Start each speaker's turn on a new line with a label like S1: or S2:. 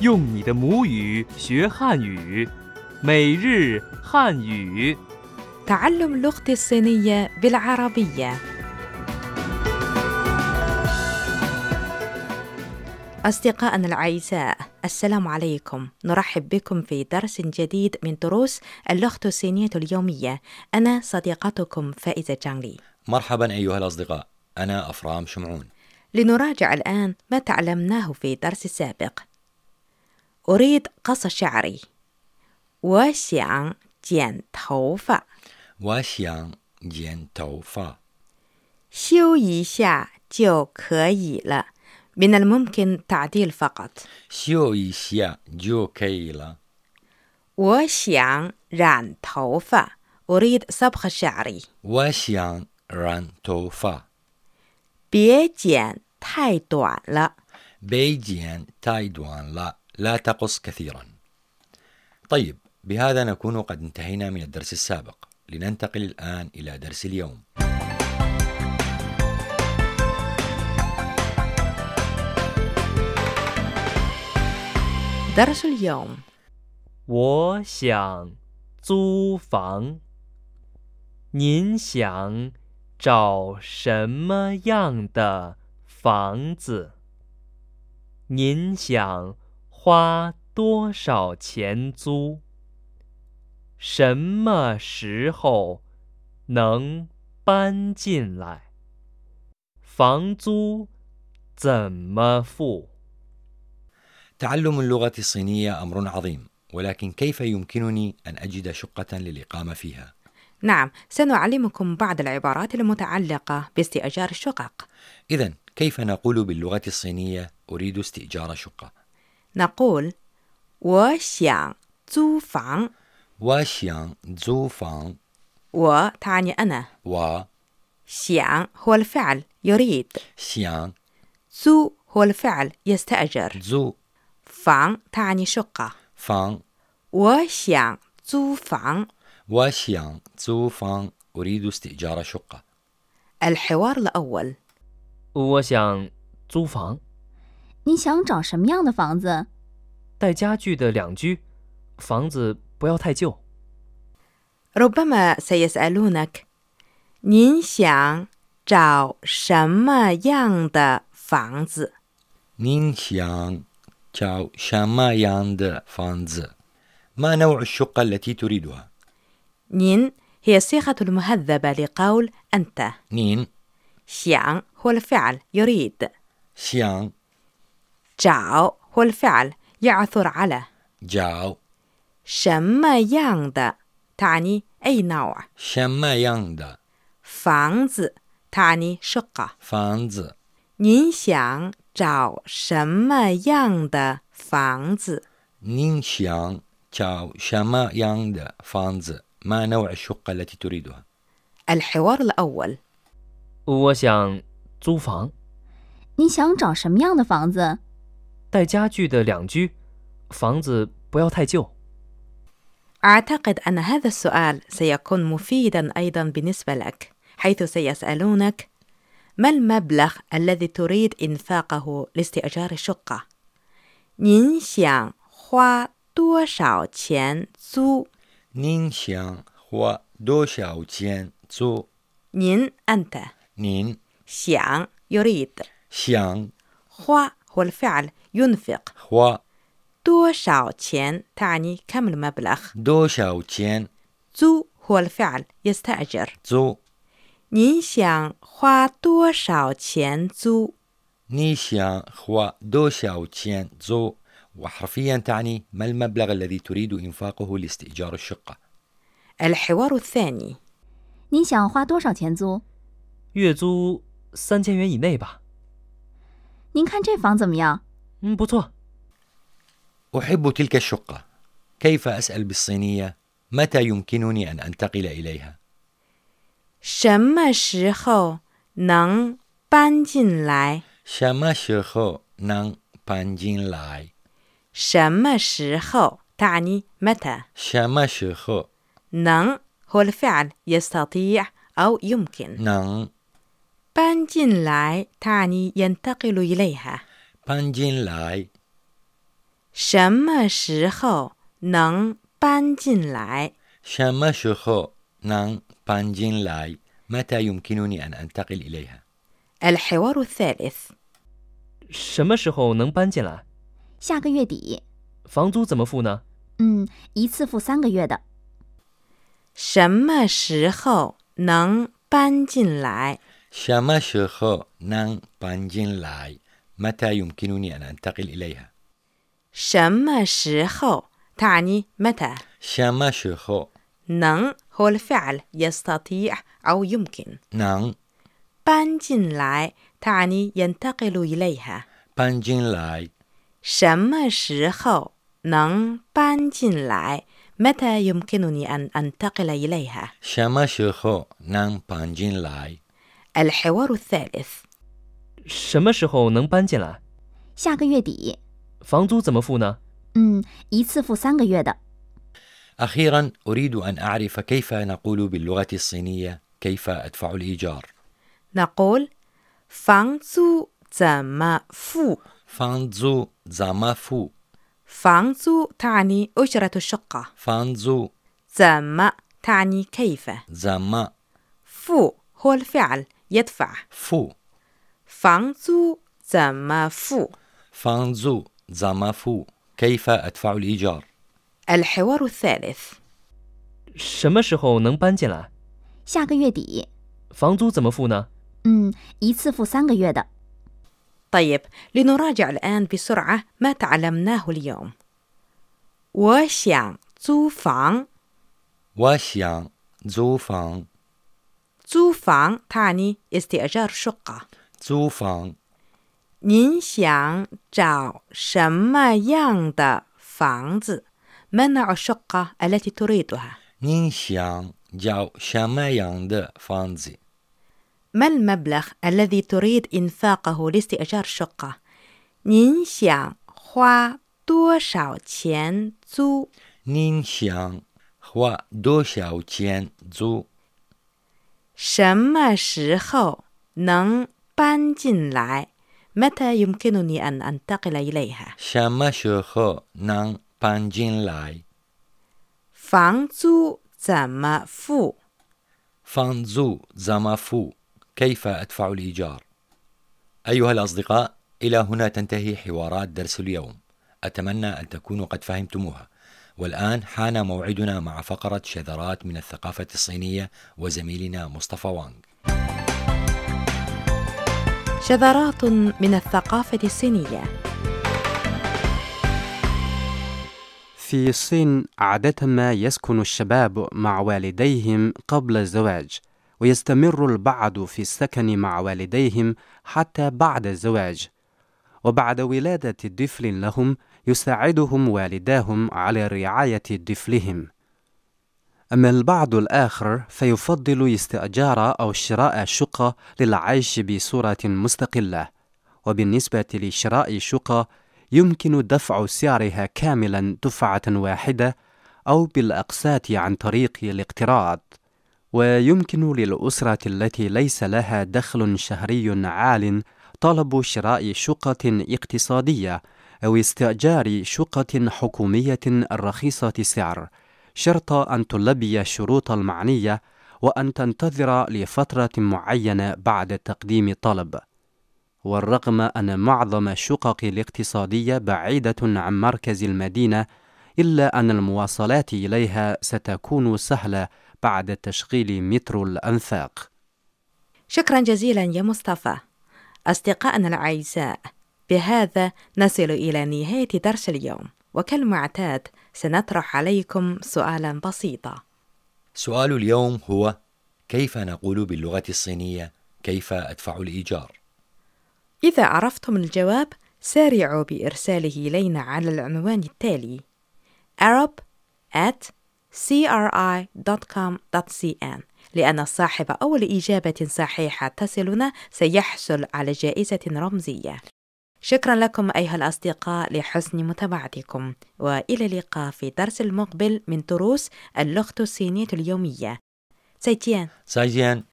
S1: 用你的母语学汉语，每日汉语。
S2: تعلم لغتي الصينية بالعربية أصدقائنا الأعزاء السلام عليكم نرحب بكم في درس جديد من دروس اللغة الصينية اليومية أنا صديقتكم فائزة جانلي
S3: مرحبا أيها الأصدقاء أنا أفرام شمعون
S2: لنراجع الآن ما تعلمناه في درس السابق أريد قص شعري وشعن جان توفى
S3: 我想剪头发
S2: 修一下就可以了 من الممكن تعديل فقط
S3: 修一下就可以了。
S2: 我想染头发 أريد صبغ شعري
S3: 我想染头发，
S2: 别剪太短了
S3: بي جين تايدوان لا لا تقص كثيرا. طيب بهذا نكون قد انتهينا من الدرس السابق لننتقل الآن إلى درس اليوم
S2: درس اليوم
S1: 我想租房。您想找什么样的房子？您想花多少钱租？什么时候能搬进来？房租怎么付？
S3: تعلم اللغة الصينية أمر عظيم، ولكن كيف يمكنني أن أجد شقة للإقامة فيها؟
S2: نعم سنعلمكم بعض العبارات المتعلقة باستئجار الشقق
S3: إذا كيف نقول باللغة الصينية أريد استئجار شقة؟
S2: نقول 我想租房
S3: واشيان زو فان
S2: و تعني أنا
S3: و
S2: 想 هو الفعل يريد
S3: شيان
S2: زو هو الفعل يستأجر
S3: زو
S2: فان تعني شقة
S3: فان
S2: 我想租房
S3: واشيان زو فان أريد استئجار شقة
S2: الحوار الأول
S1: 我想租房，
S4: 你想找什么样的房子？
S1: 带家具的两居，房子不要太旧。
S2: ربما سيسألونك 您想找什么样的房子
S3: نين شيان تشاو شاما ياند فانز ما نوع الشقة التي تريدها؟
S2: نين هي الصيغة المهذبة لقول أنت
S3: نين
S2: شيان هو الفعل يريد
S3: شيان
S2: جاو هو الفعل يعثر على
S3: جاو
S2: شما يانغ تعني أي نوع
S3: شاما ياند
S2: فانز تعني شقة
S3: فانز
S2: 您想找什么样的房子
S3: نين شيان تشاو شاما ياند فانز ما نوع الشقة التي تريدها؟
S2: الحوار الأول
S1: 我想租房，
S4: 你想找什么样的房子？
S1: 带家具的两居，房子不要太旧。
S2: أعتقد أن هذا السؤال سيكون مفيدا أيضا بالنسبة لك حيث سيسألونك ما المبلغ الذي تريد إنفاقه لاستئجار الشقة؟ 您想花多少钱租？
S3: نين شيان هو دو شاو تيان زو
S2: 您 أنت
S3: نين
S2: 想 يريد
S3: شيان
S2: 花 هو الفعل ينفق
S3: هو
S2: 多少钱 تعني كم المبلغ
S3: 多少钱
S2: زو هو الفعل يستأجر
S3: 租？
S2: 您想花多少钱租？
S3: 你想花多少钱租？وحرفيا تعني ما المبلغ الذي تريد إنفاقه لاستئجار الشقة
S2: الحوار الثاني
S4: 你想花多少钱租？
S1: 月租三千元以内吧。
S4: 您看这房怎么样？
S1: 嗯，不错。
S3: أحب تلك الشقة كيف أسأل بالصينية؟ متى يمكنني أن أنتقل إليها؟
S2: 什么时候能搬进来？
S3: شما شيخو نان بانجين لاي
S2: 什么时候 تعني متى
S3: شما شيخو
S2: 能 هو الفعل يستطيع أو يمكن
S3: نان
S2: 搬进来 تعني ينتقل إليها
S3: بانجين لاي
S2: 什么时候能搬进来？
S3: شما شخو نان بانجين لاي متى يمكنني أن أنتقل إليها؟
S2: الحوار الثالث
S1: 什么时候能搬进来？
S4: 下个月底，
S1: 房租怎么付呢？
S4: 嗯，一次付三个月的。
S2: 什么时候能搬进来？
S3: شما شخو نان بانجين لاي متى يمكنني أن أنتقل إليها؟
S2: 什么时候 تعني متى
S3: شما شخو
S2: 能 هو الفعل يستطيع أو يمكن
S3: نان
S2: 搬进来 تعني ينتقل إليها
S3: بانجين لاي
S2: 什么时候能搬进来 متى يمكنني أن أنتقل إليها
S3: شما شخو نان بانجين لاي
S2: الحوار الثالث
S1: 什么时候能搬进来？
S4: 下个月底，
S1: 房租怎么付呢？
S4: 嗯，一次付三个月的。
S3: أخيرا أريد أن أعرف كيف نقول باللغة الصينية كيف أدفع الإيجار
S2: نقول 房租怎么付
S3: فانزو زامافو
S2: 房租 تعني أجرة الشقة
S3: فانزو
S2: 怎么 تعني كيف
S3: زاما
S2: فو هو الفعل يدفع
S3: فو
S2: 房租怎么付
S3: فانزو زامافو كيف أدفع الإيجار
S2: الحوار الثالث
S1: 什么时候能搬进来？
S4: 下个月底，
S1: 房租怎么付呢？
S4: 嗯，一次付三个月的。
S2: طيب لنراجع الآن بسرعة ما تعلمناه اليوم 我想租房
S3: واشيان زو فان
S2: 租房 تعني استئجار شقة
S3: زو فان
S2: 您想找什么样的房子منع الشقة التي تريدها
S3: نينشيان جاو شامايان د فانزي
S2: ما المبلغ الذي تريد إنفاقه لاستئجار شقة 您想花多少钱租
S3: نينشيان خوا دو شاو تيان زو
S2: 什么时候能搬进来 متى يمكنني أن أنتقل إليها
S3: شاما شوخو نان بانجين لاي
S2: 房租怎么付
S3: فانزو زامافو كيف أدفع الإيجار؟ أيها الأصدقاء إلى هنا تنتهي حوارات درس اليوم أتمنى أن تكونوا قد فهمتموها والآن حان موعدنا مع فقرة شذرات من الثقافة الصينية وزميلنا مصطفى وانغ
S2: شذرات من الثقافة الصينية
S5: في الصين عادة ما يسكن الشباب مع والديهم قبل الزواج ويستمر البعض في السكن مع والديهم حتى بعد الزواج وبعد ولادة طفل لهم يساعدهم والداهم على رعاية طفلهم أما البعض الآخر فيفضل استئجار أو شراء شقة للعيش بصورة مستقلة وبالنسبة لشراء شقة يمكن دفع سعرها كاملا دفعة واحدة أو بالأقساط عن طريق الاقتراض ويمكن للأسرة التي ليس لها دخل شهري عال طلب شراء شقة اقتصادية أو استئجار شقة حكومية رخيصة السعر شرط أن تلبي الشروط المعنية وأن تنتظر لفترة معينة بعد تقديم طلب والرغم أن معظم الشقق الاقتصادية بعيدة عن مركز المدينة إلا أن المواصلات إليها ستكون سهلة بعد تشغيل مترو الأنفاق
S2: شكرا جزيلا يا مصطفى أصدقائنا الأعزاء بهذا نصل إلى نهاية درس اليوم وكالمعتاد سنطرح عليكم سؤالا بسيطا
S3: سؤال اليوم هو كيف نقول باللغة الصينية كيف أدفع الإيجار؟
S2: إذا عرفتم الجواب سارعوا بإرساله إلينا على العنوان التالي arab at cri.com.cn لأن صاحب أول إجابة صحيحة تصلنا سيحصل على جائزة رمزية شكرا لكم أيها الأصدقاء لحسن متابعتكم وإلى اللقاء في درس المقبل من دروس اللغة الصينية اليومية زيتيان
S3: سايجيان